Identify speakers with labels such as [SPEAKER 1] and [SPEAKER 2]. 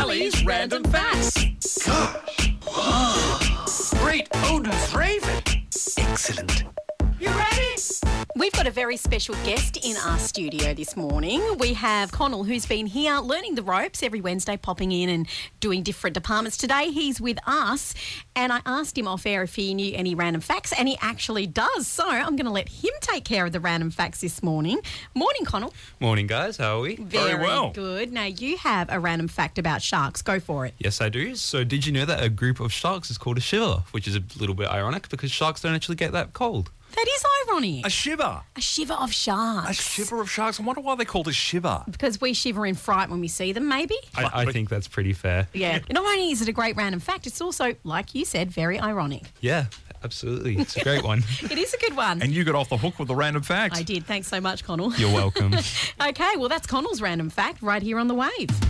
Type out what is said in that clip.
[SPEAKER 1] Billy's Random Facts.
[SPEAKER 2] Gosh. Great
[SPEAKER 3] Oh,
[SPEAKER 2] Odin's Raven. Excellent. You ready?
[SPEAKER 1] We've got a very special guest in our studio this morning. We have Connell, who's been here learning the ropes every Wednesday, popping in and doing different departments. Today, he's with us, and I asked him off air if he knew any random facts, and he actually does. So I'm going to let him take care of the random facts this morning. Morning, Connell.
[SPEAKER 4] Morning, guys. How are we?
[SPEAKER 1] Very,
[SPEAKER 3] well.
[SPEAKER 1] good. Now, you have a random fact about sharks. Go for it.
[SPEAKER 4] Yes, I do. So, did you know that a group of sharks is called a shiver, which is a little bit ironic because sharks don't actually get that cold?
[SPEAKER 1] That is ironic.
[SPEAKER 3] A shiver.
[SPEAKER 1] A shiver of
[SPEAKER 3] A
[SPEAKER 1] sharks.
[SPEAKER 3] shiver of sharks. I wonder why they called a shiver.
[SPEAKER 1] Because we shiver in fright when we see them, maybe?
[SPEAKER 4] I, I think that's pretty fair.
[SPEAKER 1] Yeah. Not only is it a great random fact, it's also, like you said, very ironic.
[SPEAKER 4] Yeah, absolutely. It's a great one.
[SPEAKER 1] It is a good one.
[SPEAKER 3] And you got off the hook with the random facts.
[SPEAKER 1] I did. Thanks so much, Connell.
[SPEAKER 4] You're welcome.
[SPEAKER 1] Okay, well, that's Connell's random fact right here on the wave.